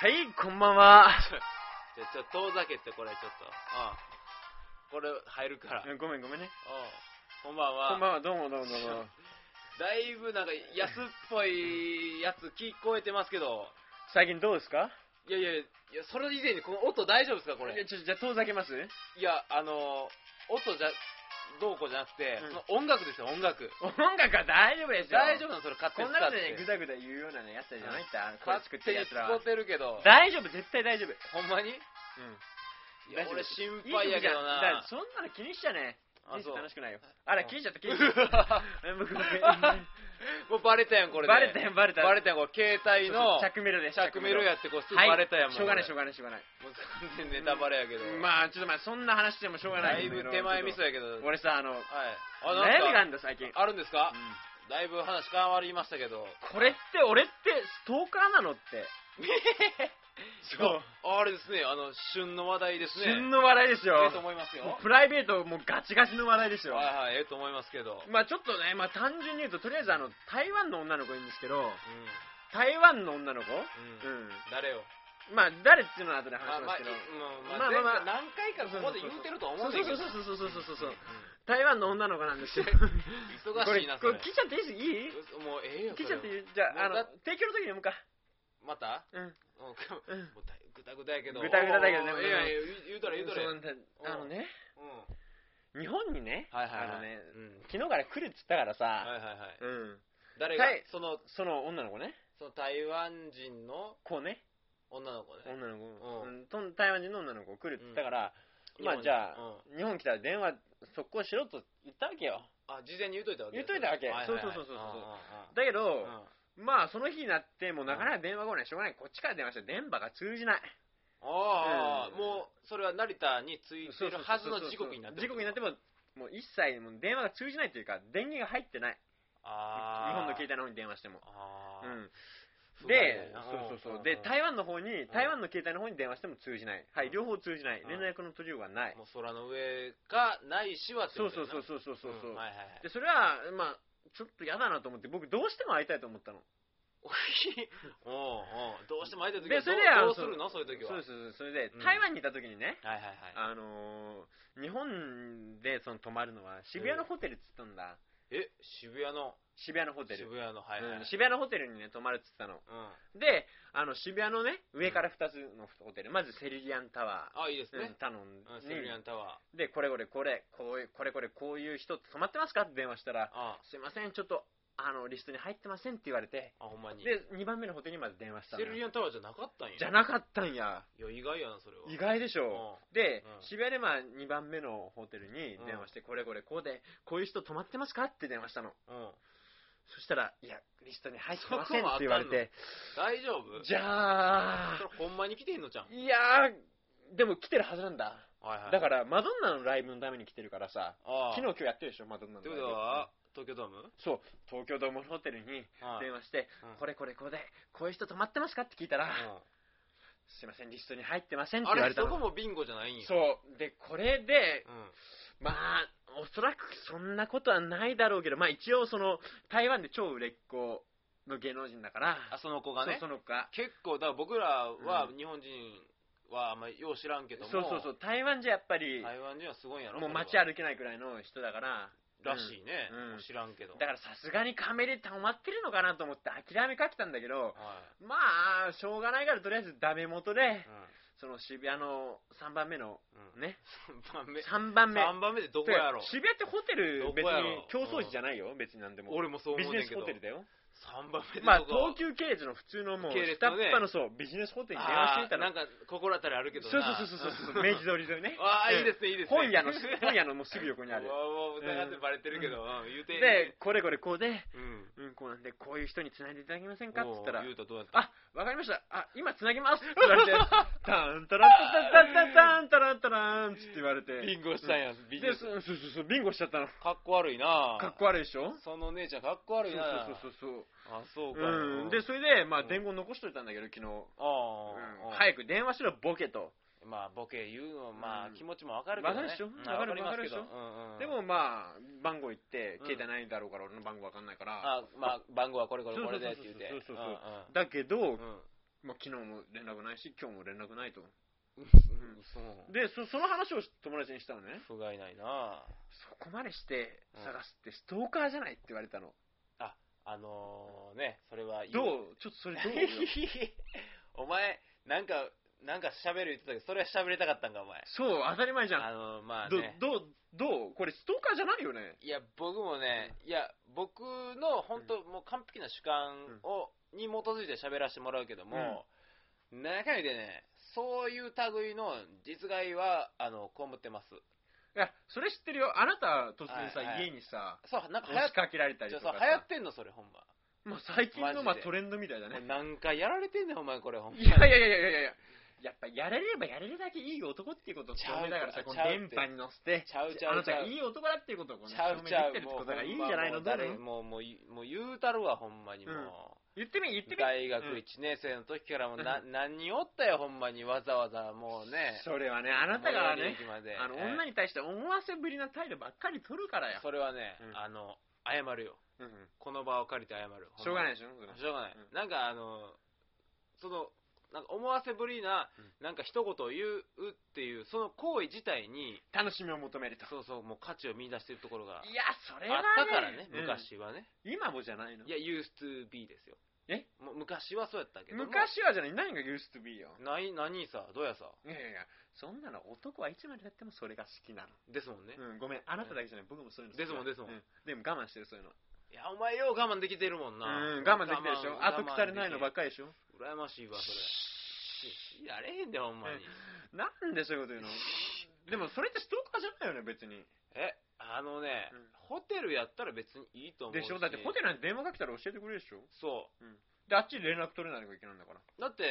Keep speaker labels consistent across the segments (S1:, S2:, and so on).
S1: はい、こんばんは。
S2: じゃあちょっと遠ざけてこれちょっとうんこれ入るからうん
S1: ごめんごめんね。
S2: こんばんは
S1: こんばんは、どうもどうもどうも。
S2: だいぶなんか安っぽいやつ聞こえてますけど
S1: 最近どうですか
S2: いやいやいやそれ以前にこの音大丈夫ですかこれ
S1: いやちょじゃあ遠ざけます
S2: いやあの音じゃどうこうじゃなくて、
S1: うん
S2: その音楽ですよ音楽
S1: 音楽は大丈夫でしょ。
S2: 大丈夫なのそれ勝手
S1: こん
S2: に使
S1: な
S2: っ
S1: ことでね、
S2: て
S1: ぐだぐだ言うようなね、やつらじゃないって、あの、声
S2: 勝
S1: 作っ
S2: 手
S1: てる
S2: に
S1: や
S2: 使
S1: つら
S2: っ
S1: は。
S2: てるけど
S1: 大丈夫、絶対大丈夫。
S2: ほんまにいや
S1: 大丈夫
S2: 俺心
S1: いい
S2: 配や
S1: 曲じ
S2: け
S1: ゃん
S2: ど
S1: だから
S2: な
S1: そんなの気にしちゃね。
S2: あ
S1: 人
S2: そう
S1: 生楽しくないよ。あら、
S2: うん
S1: 気にしちゃった、 気にし ちゃった。僕、僕、
S2: もうバレたやんこれで
S1: バレたやん、バレた。
S2: バレたやんこれ携帯の
S1: 着メロで
S2: 着メロやってこうすぐ
S1: はい
S2: バレたやんも
S1: しょうがない、しょ
S2: う
S1: うがない、しょうがない。
S2: これもう完全ネタバレやけど
S1: まあ、ちょっとまあ、そんな話でもしょうがな
S2: だ
S1: い
S2: い
S1: んけど。
S2: ぶ手前味噌やけどはい
S1: 俺さ、あの、
S2: あなんか
S1: 悩みがあるんだ、最近。
S2: あるんですか
S1: うん
S2: だいぶ話変わりましたけど
S1: これって、俺って、ストーカーなのって。そう。
S2: あれですねあの旬の話題ですね
S1: 旬の笑いです
S2: ええ
S1: よ
S2: と。思いますよ
S1: もう
S2: は
S1: プライベート、もうガチガチの笑いですよ。
S2: いはいええと思いますけど
S1: まあちょっとね、まあ単純に言うと、とりあえずあの、台湾の女の子いるんですけど、
S2: う
S1: 台湾の女の子
S2: んうん
S1: う
S2: 誰を
S1: ん。まあ誰っていうのは後で
S2: まあ
S1: 話します
S2: まあ
S1: けど。
S2: まあ
S1: まあまあまあ
S2: 前回何回かここで言うてると思うんだけど
S1: そうそうそうそうそうそうそうそう。
S2: う
S1: 台湾の女の子なんですよ。
S2: ん忙
S1: これ、
S2: しいな
S1: こ
S2: そ
S1: れ
S2: れ
S1: 聞いちゃっていいですいい
S2: もうええよ
S1: 聞いちゃってい
S2: い
S1: いじゃあ、あ
S2: も
S1: の
S2: うだ、
S1: 提供の時に読むか。
S2: また
S1: うん。
S2: うん
S1: う
S2: も
S1: ん
S2: うだいぐたぐたやけど
S1: ぐたぐただけどね
S2: おーおーいやいや言うたら言うたら
S1: そ
S2: うん
S1: うあのね、
S2: は
S1: 日本にね、
S2: いはい
S1: あの
S2: はい
S1: ね、
S2: うん
S1: 昨日から来るっつったからさ、
S2: はいはいはい
S1: うん。
S2: 誰が
S1: はい
S2: その
S1: その女の子ね、
S2: その台湾人の
S1: 子ね、
S2: 女の子ね
S1: 女の子、
S2: う
S1: うんんと台湾人の女の子来るって言ったから、
S2: うん
S1: まあじゃあ、
S2: う
S1: 日本来たら電話速攻しろと言ったわけよ
S2: あ事前に言うといたわけ
S1: 言うといたわけ
S2: はいはいはい
S1: そうそうそうそうそう
S2: あ
S1: だけど、
S2: ーあーあ
S1: まあその日になってもうなかなか電話来ないしょうがないこっちから電話して電波が通じない
S2: ーあー
S1: うん
S2: もうそれは成田に着いてるはずの時刻になって
S1: 時刻になって
S2: も
S1: ももう一切もう電話が通じないというか電源が入ってない日本の携帯の方に電話しても
S2: あ
S1: う
S2: ー
S1: ん
S2: 不具合や
S1: で
S2: な
S1: そうそうそ
S2: ん
S1: うで台湾の方に台湾の携帯の方に電話しても通じない、は
S2: う
S1: い
S2: ん
S1: 両方通じない
S2: うん
S1: 連絡の途中がない、
S2: もう空の上かないしはって
S1: そ
S2: こ
S1: うそう
S2: とやな
S1: そうそうそうそうそう、
S2: んはいはいはい
S1: でそれはまあちょっと嫌だなと思って僕どうしても会いたいと思ったの
S2: おうおうどうしても会いたい時
S1: で
S2: は
S1: そ
S2: どう
S1: れであ
S2: ど
S1: の
S2: うするのそういう時は
S1: そうですそうですそれで
S2: うん
S1: 台湾にいた時にね、
S2: はいはいはい
S1: あのー日本でその泊まるのは渋谷のホテルっつったんだ、
S2: え渋谷の
S1: 渋谷のホテル
S2: 渋谷のはいはい
S1: うん、渋谷のホテルにね泊まるっつったの
S2: うん
S1: であの渋谷のね上から2つのホテル、まずセルリアンタワ
S2: あいいです
S1: ー、うん
S2: ね
S1: 頼ん
S2: うんセ
S1: で、
S2: ルリアンタワ
S1: でこれこれこれこういうこれこれこういう人泊まってますかって電話した
S2: ー
S1: ら
S2: あ
S1: すいませんちょっとあのリストに入ってませんって言われて
S2: あほんまに
S1: で2番目のホテルにまず電話したの
S2: セ
S1: よ
S2: ルリアンタワーじゃなかったんや
S1: じゃなかったんや
S2: いや意外やなそれは
S1: 意外でし
S2: うん
S1: ょで、
S2: うん
S1: 渋谷でまあ2番目のホテルに電話して、これこれこうでこういう人泊まってますかって電話したの
S2: うん
S1: そしたらいやリストに入ってませんって言われて
S2: 大丈夫
S1: じゃあ
S2: それほんまに来てんのじゃん
S1: いやーでも来てるはずなんだ
S2: はいはい
S1: だかららマドンナのライブのために来てるからさ
S2: ああ
S1: 昨日今日やってるでしょマドンナ
S2: っ
S1: のラ
S2: てこ
S1: イ
S2: と
S1: ブ
S2: は東京ドーム
S1: そう東京ドームのホテルに
S2: はい
S1: 電話して、
S2: うん
S1: これこれこうでこういう人泊まってますかって聞いたら、
S2: う
S1: すいませんリストに入ってませんっ
S2: ん
S1: て
S2: あ
S1: 言われ
S2: れ
S1: た
S2: そ
S1: の
S2: こもビンゴじゃないんや
S1: そうでこれで
S2: うん
S1: まあ、おそらくそんなことはないだろうけど、まあ一応その、台湾で超売れっ子の芸能人だから、
S2: あその子がね
S1: そうその子が
S2: 結構だから僕らは
S1: う
S2: 日本人はあんまりよう知らんけども
S1: そうそうそう、台湾じゃやっぱり、
S2: 台湾人はすごいんやろ
S1: もう街
S2: それは
S1: 歩けないくらいの人だから、
S2: らしいね
S1: うん
S2: もう知らんけど
S1: だからさすがにカメレ溜まってるのかなと思って諦めかけたんだけど、
S2: は
S1: まあ、しょうがないからとりあえずダメ元
S2: い
S1: で、
S2: う
S1: その渋谷の3番目の、
S2: んうん
S1: ね、
S2: 3番目
S1: 3番目。
S2: 3番目でどこやろ
S1: てか渋谷ってホテル
S2: ど
S1: 別
S2: こや
S1: に
S2: ろ
S1: 競争地じゃないよ、別になんでも。
S2: 俺もそう
S1: ビ
S2: 思
S1: ジネ
S2: うねん
S1: ス
S2: け
S1: ホ
S2: ど
S1: テルだよ。
S2: 3番目で
S1: まあ、
S2: どこ
S1: 東急系列の普通のもう、
S2: 系列
S1: 下っ
S2: のね
S1: 端のそう、ビジネスホテルに電話してみたら、
S2: あーなんか心当たりあるけど
S1: そう
S2: な。
S1: そうそうそうそう、明治通り沿いね
S2: ああいいですねいいですね
S1: 本屋の、本屋のもうすぐ横にある
S2: う。わうわ疑ってバレてるけど、うん言う て
S1: で、これこれこうで、
S2: うん
S1: うん、こうなんで、こういう人に繋いでいただけませんかって言った
S2: お
S1: ら
S2: う、言うたらどうやった
S1: あ、わかりました。あ、今繋ぎますって言わ れて、タンタランタンタンタンタランタランつって言われて。
S2: ビンゴしたんや、ビ
S1: で
S2: ジネ、ス
S1: そうそうそうそう、ビンゴしちゃったの。
S2: かっこ悪いな
S1: かっこ悪いでしょ
S2: その姉ちゃんかっこ悪いな
S1: そうそうそう
S2: あそ
S1: そ
S2: う
S1: う。
S2: か
S1: うん。で、それで、まあ、
S2: うん
S1: 伝言残しといたんだけど、昨日。
S2: ああ、
S1: うん
S2: い
S1: 早く電話しろ、ボケと。
S2: まあボケ言うのまあ、
S1: うん
S2: 気持ちもわかるけどね
S1: わかるでしょ
S2: うん
S1: わかる
S2: わりますけど
S1: わか
S2: うんうん
S1: でもまあ、番号言って、
S2: うん
S1: 携帯ないだろうから俺の番号わかんないから。
S2: あまあ番号はこれこれこれでって言うて
S1: そうそうそうそううんそううんだけど、
S2: うん
S1: まあ、昨日も連絡ないし、今日も連絡ないと。
S2: うんそう
S1: で、そその話を友達にしたのね。
S2: 不甲斐ないな
S1: そこまでして
S2: うん
S1: 探すってストーカーじゃないって言われたの。
S2: あのー、ねそれは言
S1: どうちょっとそれどう
S2: お前なんかなんか喋る言ってたけどそれは喋れたかったんかお前
S1: そう、当たり前じゃん。
S2: あのー、まあね
S1: ど、どう、どうこれストーカーじゃないよね。
S2: いや僕もねいや僕の本当、もう完璧な主観を、に基づいて喋らせてもらうけども、中身でねそういう類の実害はあの被ってます
S1: いや、それ知ってるよ。あなた突然さ、
S2: はいはい
S1: 家にさ、
S2: そうなんか流
S1: 押し
S2: 行っ
S1: かけられたり
S2: じゃ
S1: と
S2: あそ
S1: か
S2: う
S1: さ。
S2: 流行ってんのそれほんま
S1: まあ、最近のまあ
S2: マジで
S1: トレンドみたいだ
S2: もう
S1: ね。
S2: 何回やられてんねんお前これほんま
S1: いやいやいやいやいやいや。やっぱやれればやれるだけいい男っていうことを証明だからさ、
S2: ちゃ
S1: こ
S2: う
S1: の
S2: から
S1: 電波に乗せて、
S2: ちゃうちゃ
S1: あ
S2: う
S1: な
S2: ち
S1: たが
S2: ゃ
S1: い
S2: う
S1: い男だっていうことをこうね
S2: ちゃう
S1: 証明
S2: ちゃ
S1: できてるっ
S2: う
S1: てことがいいんじ
S2: もう
S1: ゃないの
S2: もう
S1: どう
S2: 誰
S1: ぞ
S2: もうもういもう言うたるわほんまにもう、
S1: 言ってみ、言ってみ。
S2: 大学1年生の時からもうな、何人おったよほんまにわざわざもうね
S1: それはね、あなたがね
S2: 最寄り駅、まで
S1: あの、
S2: ええ
S1: 女に対して思わせぶりな態度ばっかり取るからや。
S2: それはね、
S1: うん
S2: あの謝るよ
S1: うん
S2: この場を借りて謝る
S1: しょうがないいでしょ。それ
S2: しょうがない、
S1: う
S2: なんかあのそのなんか思わせぶりな、なんか一言を言うっていうその行為自体に
S1: 楽しみを求めると。
S2: そうそうもう価値を見出してるところがあ
S1: い
S2: っ
S1: や、それはね。
S2: たからね
S1: うん。
S2: 昔はね、
S1: 今もじゃないの
S2: いや used to be ですよ
S1: え
S2: もう昔はそうやったけども
S1: 昔はじゃない。何が used to be よ。
S2: ない何さどうやさ
S1: いやいやいや、そんなの男はいつまでたってもそれが好きな
S2: ですもんね、
S1: の。うん、ごめん、あなただけじゃない。僕もそういうの好き
S2: ですもんですもん
S1: うでも我慢してる、そういうの。
S2: いやお前よう我慢できてるもん
S1: うん、我
S2: な、
S1: 慢できてるでしょ。
S2: 我慢
S1: 後腐れないのばっ
S2: 我慢で
S1: かりでしょ。
S2: きる羨ましいわそれ やれへんでほんまに
S1: なんでそういうこと言うのでもそれってストーカーじゃないよね、別に。
S2: えあのね、
S1: うん
S2: ホテルやったら別にいいと思う
S1: でしょだってホテ
S2: ル
S1: ルなんて電話かけたら教えてくれるでしょ
S2: そ
S1: で、あっちに連絡取れないのがいけないんだから。
S2: うだって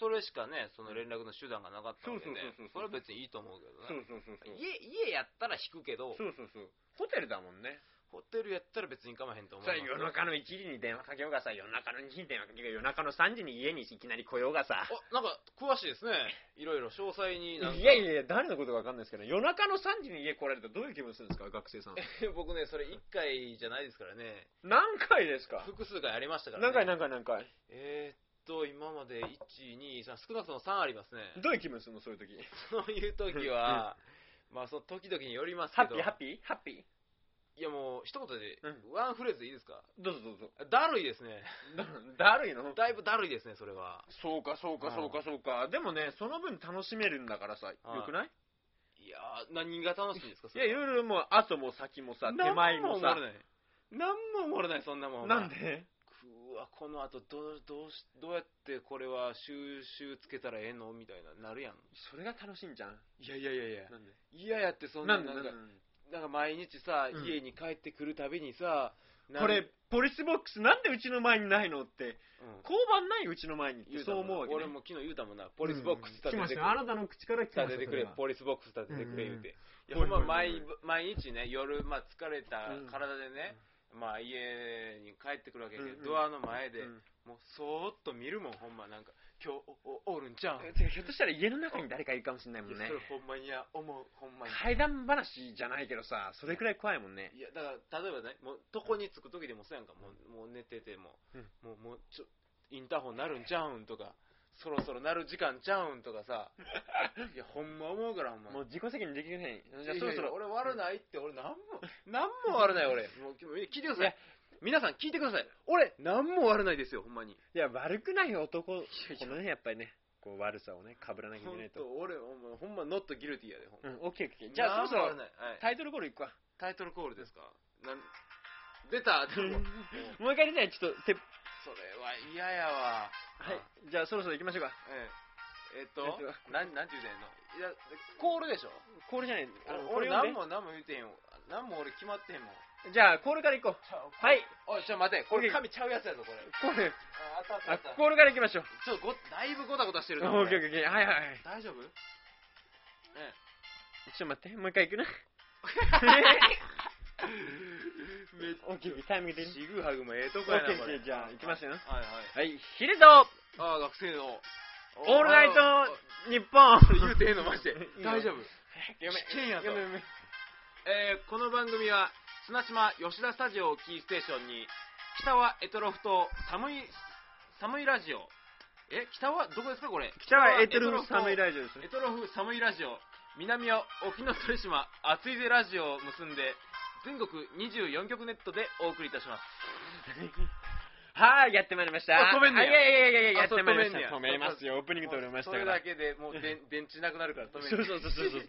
S2: それしかねその連絡の手段がなかったわけで
S1: そうそうそうそう
S2: それは別にいいと思うけ
S1: そ
S2: どね
S1: うそうそうそう。
S2: 家家やったら引くけど
S1: そうそうそう。ホテルだもんね。
S2: ホテルやったら別に構まへんと思う
S1: さ夜中の1時に電話かけようがさ、夜中の2時に電話かけようが、夜中の3時に家にいきなり来ようがさ。
S2: おなんか詳しいですねいろいろ詳細
S1: い
S2: になんか
S1: やいやいや、誰のことかわかんないですけど、夜中の3時に家来られたらどういう気分するんですか、学生さん。
S2: 僕ねそれ1回じゃないですからね
S1: 何回ですか
S2: 複数回ありましたから、ね、
S1: 何回何回何回。
S2: えー、っと、今まで1、2、3、少なくとも3ありますね。
S1: どういう気分するの、そういう時。
S2: そういう時は、まあ、その時々によります
S1: ハ
S2: け
S1: ッ
S2: ど、
S1: ピーハッピーハッピ
S2: いやもう、一言で、
S1: う
S2: ワンフレーズでいいですか
S1: ーどうぞどうぞ。
S2: だるいですね。
S1: だだるいの
S2: だいぶだるいですね、それは。
S1: そうかそうかそうかそうか。でもね、その分楽しめるんだからさ、よ
S2: はい
S1: くない
S2: いやー、何が楽しいんですか、そ
S1: いや、い
S2: れ。
S1: ろいろもう、後も先もさ、手前もさ
S2: なんもおもろ。ない。なんもおもろない、そんなもん。
S1: なんで
S2: うわ、この後、どう、どうし、どうやってこれは収集つけたらええのみたいな、なるやん。
S1: それが楽しいんじゃん。
S2: いやいやいやいや。
S1: なんで
S2: いややって、そん
S1: な
S2: な、
S1: んで
S2: なん
S1: な
S2: か
S1: ん、で
S2: なんか毎日さ、
S1: うん
S2: 家に帰ってくるたびにさ、なん
S1: これ、ポリスボックスなんでうちの前にないのって、
S2: うん
S1: 交番ないうちの前にってそう思うわけ、ね。
S2: 俺も昨日言うたもんな、ポリスボックス立てて
S1: 来ま
S2: く
S1: し
S2: れ、
S1: たあなたの口から来ました
S2: 立ててくれ、ポリスボックス立ててくれ
S1: うん
S2: 言うて。いや
S1: ほ
S2: ほ
S1: い
S2: ん
S1: ほい
S2: ま
S1: ほい
S2: 毎、毎日ね、夜、まあ疲れた
S1: うん
S2: 体でね、まあ家に帰ってくるわけやけ
S1: うんうん
S2: ど、ドアの前
S1: それは
S2: で
S1: う、ん
S2: もうそーっと見るもん、ほんま、なんか、今日おおおるんちゃうん。い
S1: えてかひょっとしたら家の中に誰かいるかもしれないもん
S2: や
S1: ね
S2: それ。ほんまにや、思う、ほんまに。
S1: 怪談話じゃないけどさ、それくらい怖いもんね。
S2: いやだから例えばねもう床に着く時でもそうやんかもうもう寝てても、
S1: うん
S2: もうもうちょインターホンなるんちゃうんとかそろそろなる時間ちゃうんと かさいやほんま思うからほんま
S1: もう自己責任できるへん。
S2: い
S1: じゃ
S2: や
S1: あ
S2: い
S1: そ
S2: や
S1: ろそろ。
S2: いや俺悪ないって俺なんもなんも悪ない俺もう聞いてください皆さん聞いてください俺なんも悪ないですよほんまに
S1: いや、悪くない男、こ
S2: やいや
S1: のね、やっぱりね、こう悪さをね、被らなきゃい
S2: ほ
S1: け
S2: ん
S1: ないと
S2: と。俺ほんまほんまノットギルティやでほん
S1: うん、オ
S2: ま
S1: ッケーオッケー。じゃあそろ
S2: なん
S1: そろ
S2: も悪ないはい
S1: タイトルコールいくわ。
S2: タイトルコールですかなん出たでももう
S1: もう一回ね、ちょっと、て
S2: それは嫌や
S1: は
S2: わ
S1: い、じゃあそろそろ行きましょうか。
S2: えええっと
S1: えっ、
S2: なん、なんて言うてんのいや、コールでしょ
S1: コールじゃない、あの、これ
S2: 俺、
S1: 読
S2: なん
S1: んで
S2: も、なんも言うてへんよ。なんも俺決まってへんもん。
S1: じゃあ、コールから行こう。はい、
S2: おい、ちょ、待て。これ、
S1: OK
S2: 紙ちゃうやつやぞ、これ。
S1: コール、
S2: あ、当た
S1: あ
S2: った、当たっ
S1: コールから行きましょう。
S2: た。ちょ、ご、だいぶごたごたして
S1: オ
S2: る
S1: ッケー
S2: な。
S1: オッ
S2: こ
S1: ケー
S2: れ
S1: オッケー、はいはいはい。
S2: 大丈 夫え
S1: ちょっと待って、もう一回行くな。
S2: え。めっ
S1: オッケーオッケー、タイミングでいい。
S2: ちぐはぐもええと
S1: オッ
S2: こやな、
S1: ケーオ
S2: こ
S1: ッケ
S2: れ。
S1: ー、じゃあ行きますよ。
S2: はいはい。
S1: はい、ヒデと、
S2: あ、学生の。
S1: オールナイト、日本。
S2: お言うてへんの、マジで
S1: い。いよ
S2: 大丈夫。
S1: やめ
S2: 危険やぞ
S1: やめやめ
S2: えーこの番組は綱島吉田スタジオをキーステーションに北はエトロフと寒い寒いラジオえ北はどこですかこれ
S1: 北はエトロフ寒いラジオです
S2: エ
S1: ね。
S2: トロフ寒いラジオ南は沖ノ鳥島暑いぜラジオを結んで全国24局ネットでお送りいたします
S1: はい、やってまいりました。
S2: あ止めんねや
S1: あいやいやいやいや、や
S2: あ
S1: っ
S2: それ
S1: てまいりま
S2: 止めんね
S1: し
S2: や
S1: た。止めますよ。オープニング取れました
S2: そ
S1: か
S2: れ
S1: ら
S2: だ。けでもう でん電池なくなるから止
S1: そう
S2: め
S1: そうそうそうそう。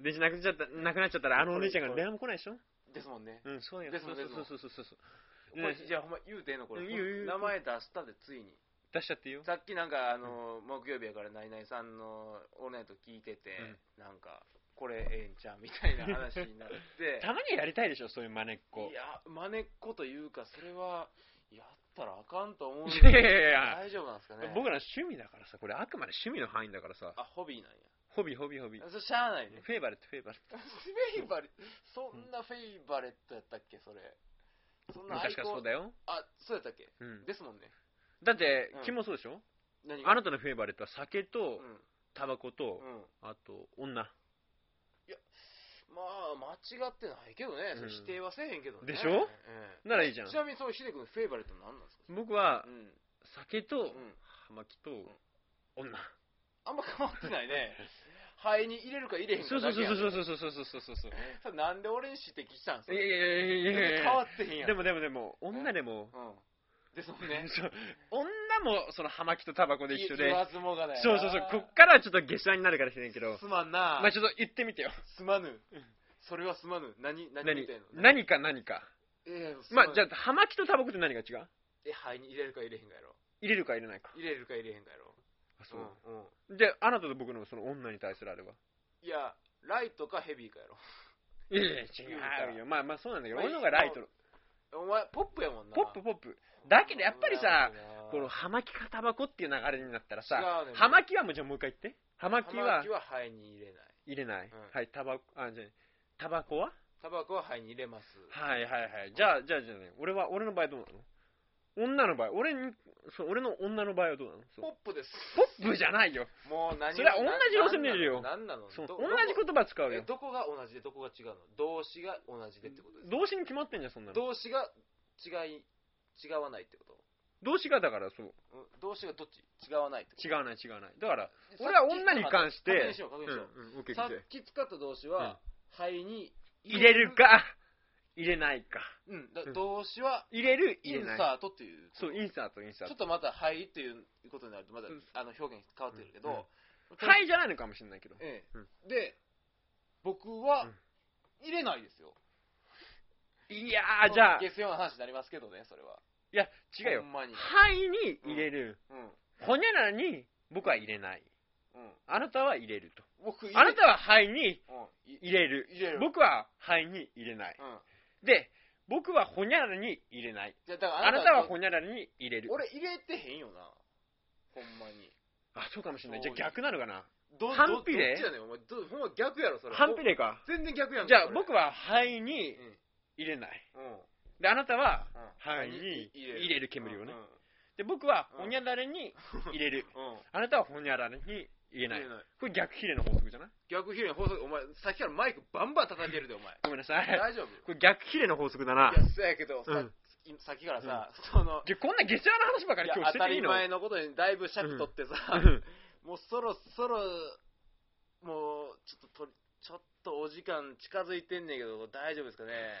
S1: 電池なくちゃった、なくなっちゃったら、あのお姉ちゃんが電話も来ないでしょ
S2: ですもんね
S1: うん、そうや。
S2: ですもん
S1: そう
S2: です
S1: そ
S2: もん
S1: うそうそうそうそう。
S2: これじゃあほんま言うてええのこれ
S1: うん言う言う言う
S2: 名前出したでついに
S1: 出しちゃっていいよ。
S2: さっきなんかあの木曜日やからナイナイさんの「オールナイト」聞いててなんかこれええんちゃうみたいな話になっ て
S1: たまにやりたいでしょ、そういう真似っこ
S2: い。やまねっこというかそれはやったらあかんと思うんで
S1: いやいやいや
S2: 大丈夫なんですかね
S1: 僕ら趣味だからさ、これあくまで趣味の範囲だからさ、
S2: あホビーなんや
S1: ホビーホビーホビー。
S2: それしゃあないね
S1: フェイバレット、フェイバレッ
S2: フェイバレットそんなフェイバレットやったっけそれそん
S1: ト。
S2: なアイ
S1: 昔から
S2: コ
S1: そう
S2: ン
S1: だよ。
S2: あそうやったっけ
S1: うん。
S2: ですもんね
S1: だって
S2: うん、
S1: 君もそうでしょ
S2: 何が
S1: あなたのフェイバレットは酒
S2: う
S1: と、
S2: ん
S1: タバコと
S2: う、ん
S1: あと、女。
S2: まあ間違ってないけどね、それ否定はせえへんけどね
S1: でしょ
S2: ええ
S1: ならいいじゃん
S2: ち。なみにそのヒデ君のフェイバレット何なんですか
S1: 僕は
S2: う、ん、
S1: 酒と、
S2: うん、
S1: 葉巻と、女。
S2: あんま変わってな いね肺に入れるか入れへん
S1: そ
S2: か
S1: うそうそ
S2: だ
S1: う
S2: けやん
S1: そうそうそうそうそうそうそう。
S2: それなんで俺に指摘したんす
S1: い
S2: か
S1: やいやいやいやいやい
S2: 変わ
S1: や
S2: ってへんやん
S1: でもでもでも、女でも、
S2: うんですもんね
S1: そう女もその葉巻とタバコで一緒で
S2: 言、わずもがだよ
S1: そうそうそう、こっからはちょっと下車になるからしれんけど、
S2: すまんな、
S1: まあちょっと言ってみてよ。
S2: すまぬそれはすまぬ何何み
S1: 何
S2: たいの
S1: 何か何か。
S2: ええす
S1: ま
S2: ま
S1: あじゃ
S2: あ
S1: あ、葉巻とタバコって何が違う
S2: え肺に入れるか入れへんかやろ
S1: 入れるか入れないか。
S2: 入れるか入れへんかやろ
S1: あそう。
S2: うんうん
S1: で、あなたと僕のその女に対するあれは。
S2: いやライトかヘビーかやろ
S1: いやいや、違うよ。まあまあそうなんだけど、俺の方がライト。
S2: お前ポップやもんな
S1: ポップポップ。だけどやっぱりさ、この
S2: の
S1: 葉巻かタバコっていう流れになったらさ、
S2: 違うね
S1: 葉巻はもうじゃあもう一回言って。葉巻は
S2: 巻は肺に入れない
S1: 入れない。
S2: うん
S1: はい、タバコ、あ、じゃあタバコは
S2: タバコは肺に入れます
S1: はいはいはい。じゃあ、じゃあじゃあね、俺は、俺の場合どうなの女の場合、俺に、そう、俺の女の場合はどうなのそう
S2: ポップです
S1: ポップじゃないよ。
S2: もう何
S1: それは同じ路線でいるよ
S2: 何なの
S1: そう、
S2: ど
S1: 同じ言葉使うよ。
S2: えどこが同じでどこが違うの動詞が同じでってことですか
S1: 動詞に決まってんじゃん、そんなの。
S2: 動詞が違い違わないってこ
S1: 動詞がだから、そう、
S2: とうん動詞がどっち違わないってこと
S1: 違わない違わない。だから、
S2: さっき
S1: 俺は女に関して、
S2: 確認しよう確認しよう、
S1: うん、うん、OK
S2: さ
S1: OK
S2: っき使った動詞は、肺に
S1: 入れるか、入れないか。
S2: うんだ
S1: うん
S2: 動詞は
S1: 入れる、
S2: イ
S1: 入れ
S2: ン
S1: ない。
S2: サートっていう
S1: そう、インサート、インサー
S2: ちょ
S1: ト
S2: っ。とまた「はい」っていうことになるとまだ
S1: うん
S2: あの表現変わってるけ
S1: うん
S2: ど、、
S1: はいいじゃないのかもしれないけど。
S2: え
S1: う
S2: え
S1: ん
S2: で僕は
S1: うん
S2: 入れないですよ、
S1: いやー、じゃあ、い
S2: 下世話な話になりますけどねそれは
S1: や、違うよ
S2: ほ。んまに
S1: はいに入れる。
S2: うん
S1: ほにゃららに僕は入れない。
S2: うん
S1: あなたは入れると。
S2: 僕入れ
S1: あなたは肺に
S2: うんい
S1: 入れる。
S2: 入れる
S1: 僕は肺に入れない。
S2: うん
S1: で、僕はほにゃららに入れない。
S2: じゃあだから
S1: あなたは
S2: こ
S1: ほにゃららに入れる。
S2: 俺入れてへんよなほんまに
S1: あ、そうかもしれない。じ
S2: そ
S1: ゃ
S2: う
S1: あ逆なのかな。
S2: ど
S1: 反比例
S2: どどっちやねんお前どほんま逆やろそれ
S1: 反比例か。
S2: 全然逆やん
S1: じゃあ
S2: それ
S1: 僕は肺に
S2: うん
S1: 入れない。
S2: うんうん
S1: で、あなたは
S2: 肺
S1: 肺
S2: に
S1: に
S2: 入れる
S1: 入れる煙をね
S2: うん
S1: で、僕は
S2: うん
S1: ほにゃららに入れる。
S2: うんうん
S1: あなたはほにゃららに入れない
S2: 入れない。
S1: これ逆比例の法則じゃない
S2: 逆比例の法則お前さっきからマイクバンバン叩いてるでお 前
S1: ごめんなさい。
S2: 大丈夫
S1: これ逆比例の法則だな。
S2: いや、そうやけど、さ
S1: うん
S2: さっきからさ、その、
S1: じゃあこんな下世話な話ばか
S2: い
S1: り
S2: や
S1: 今日し
S2: 当
S1: て
S2: た
S1: てい
S2: り
S1: いの
S2: 前のことにだいぶ尺取ってさ、
S1: うん
S2: もうそろそろ、もう、ちょっととり、ちょっとお時間近づいてんねんけど、大丈夫ですかね。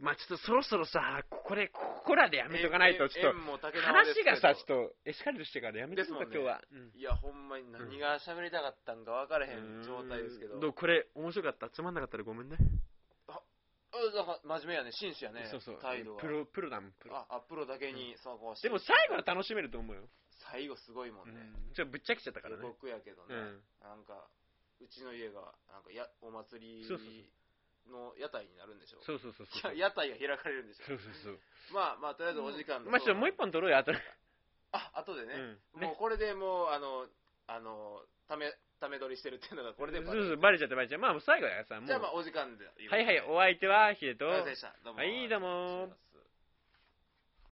S1: まあちょっとそろそろさ、ここで、ここらでやめとかないと、ちょっと、
S2: と
S1: 話がさ、ちょっとエスカレートしてからやめとこうか、
S2: ですもん
S1: 今日
S2: ね
S1: は。うん
S2: いや、ほんまに何が喋りたかったんか分からへん状態ですけど、
S1: うんうこれ、面白かったつまんなかったらごめんね。
S2: うんなんか真面目やね、真摯やね、
S1: そうそう。
S2: 態度が
S1: プ。ロ、プロだもん、プロ。
S2: あ、アップロだけに、そうこうして
S1: でも最後は楽しめると思うよ。
S2: 最後すごいもんね。
S1: じゃぶっちゃけちゃったから
S2: 予
S1: ね。
S2: 告やけどね、
S1: うん
S2: なんかうちの家がなんかやお祭り
S1: そうそう
S2: の屋台になるんでしょ
S1: そうそうそうそう。
S2: いや屋台が開かれるんでしょ
S1: そうそうそう。
S2: まあまあとりあえずお時間の
S1: まあちょっともう一本取ろうよ、あとで。
S2: あ後で
S1: う
S2: ね、
S1: ん。
S2: もう
S1: ね。
S2: これでもうあのあのためため撮りしてるっていうのがこれで
S1: そう
S2: バ
S1: そ
S2: レる
S1: う、バレちゃったバレちゃった。まあもう最後だからさ、もう。
S2: じゃあまあお時間で
S1: はいはい、お相手はヒデと。
S2: お疲れ様
S1: は
S2: でしたどうも
S1: い、どうも
S2: 失礼します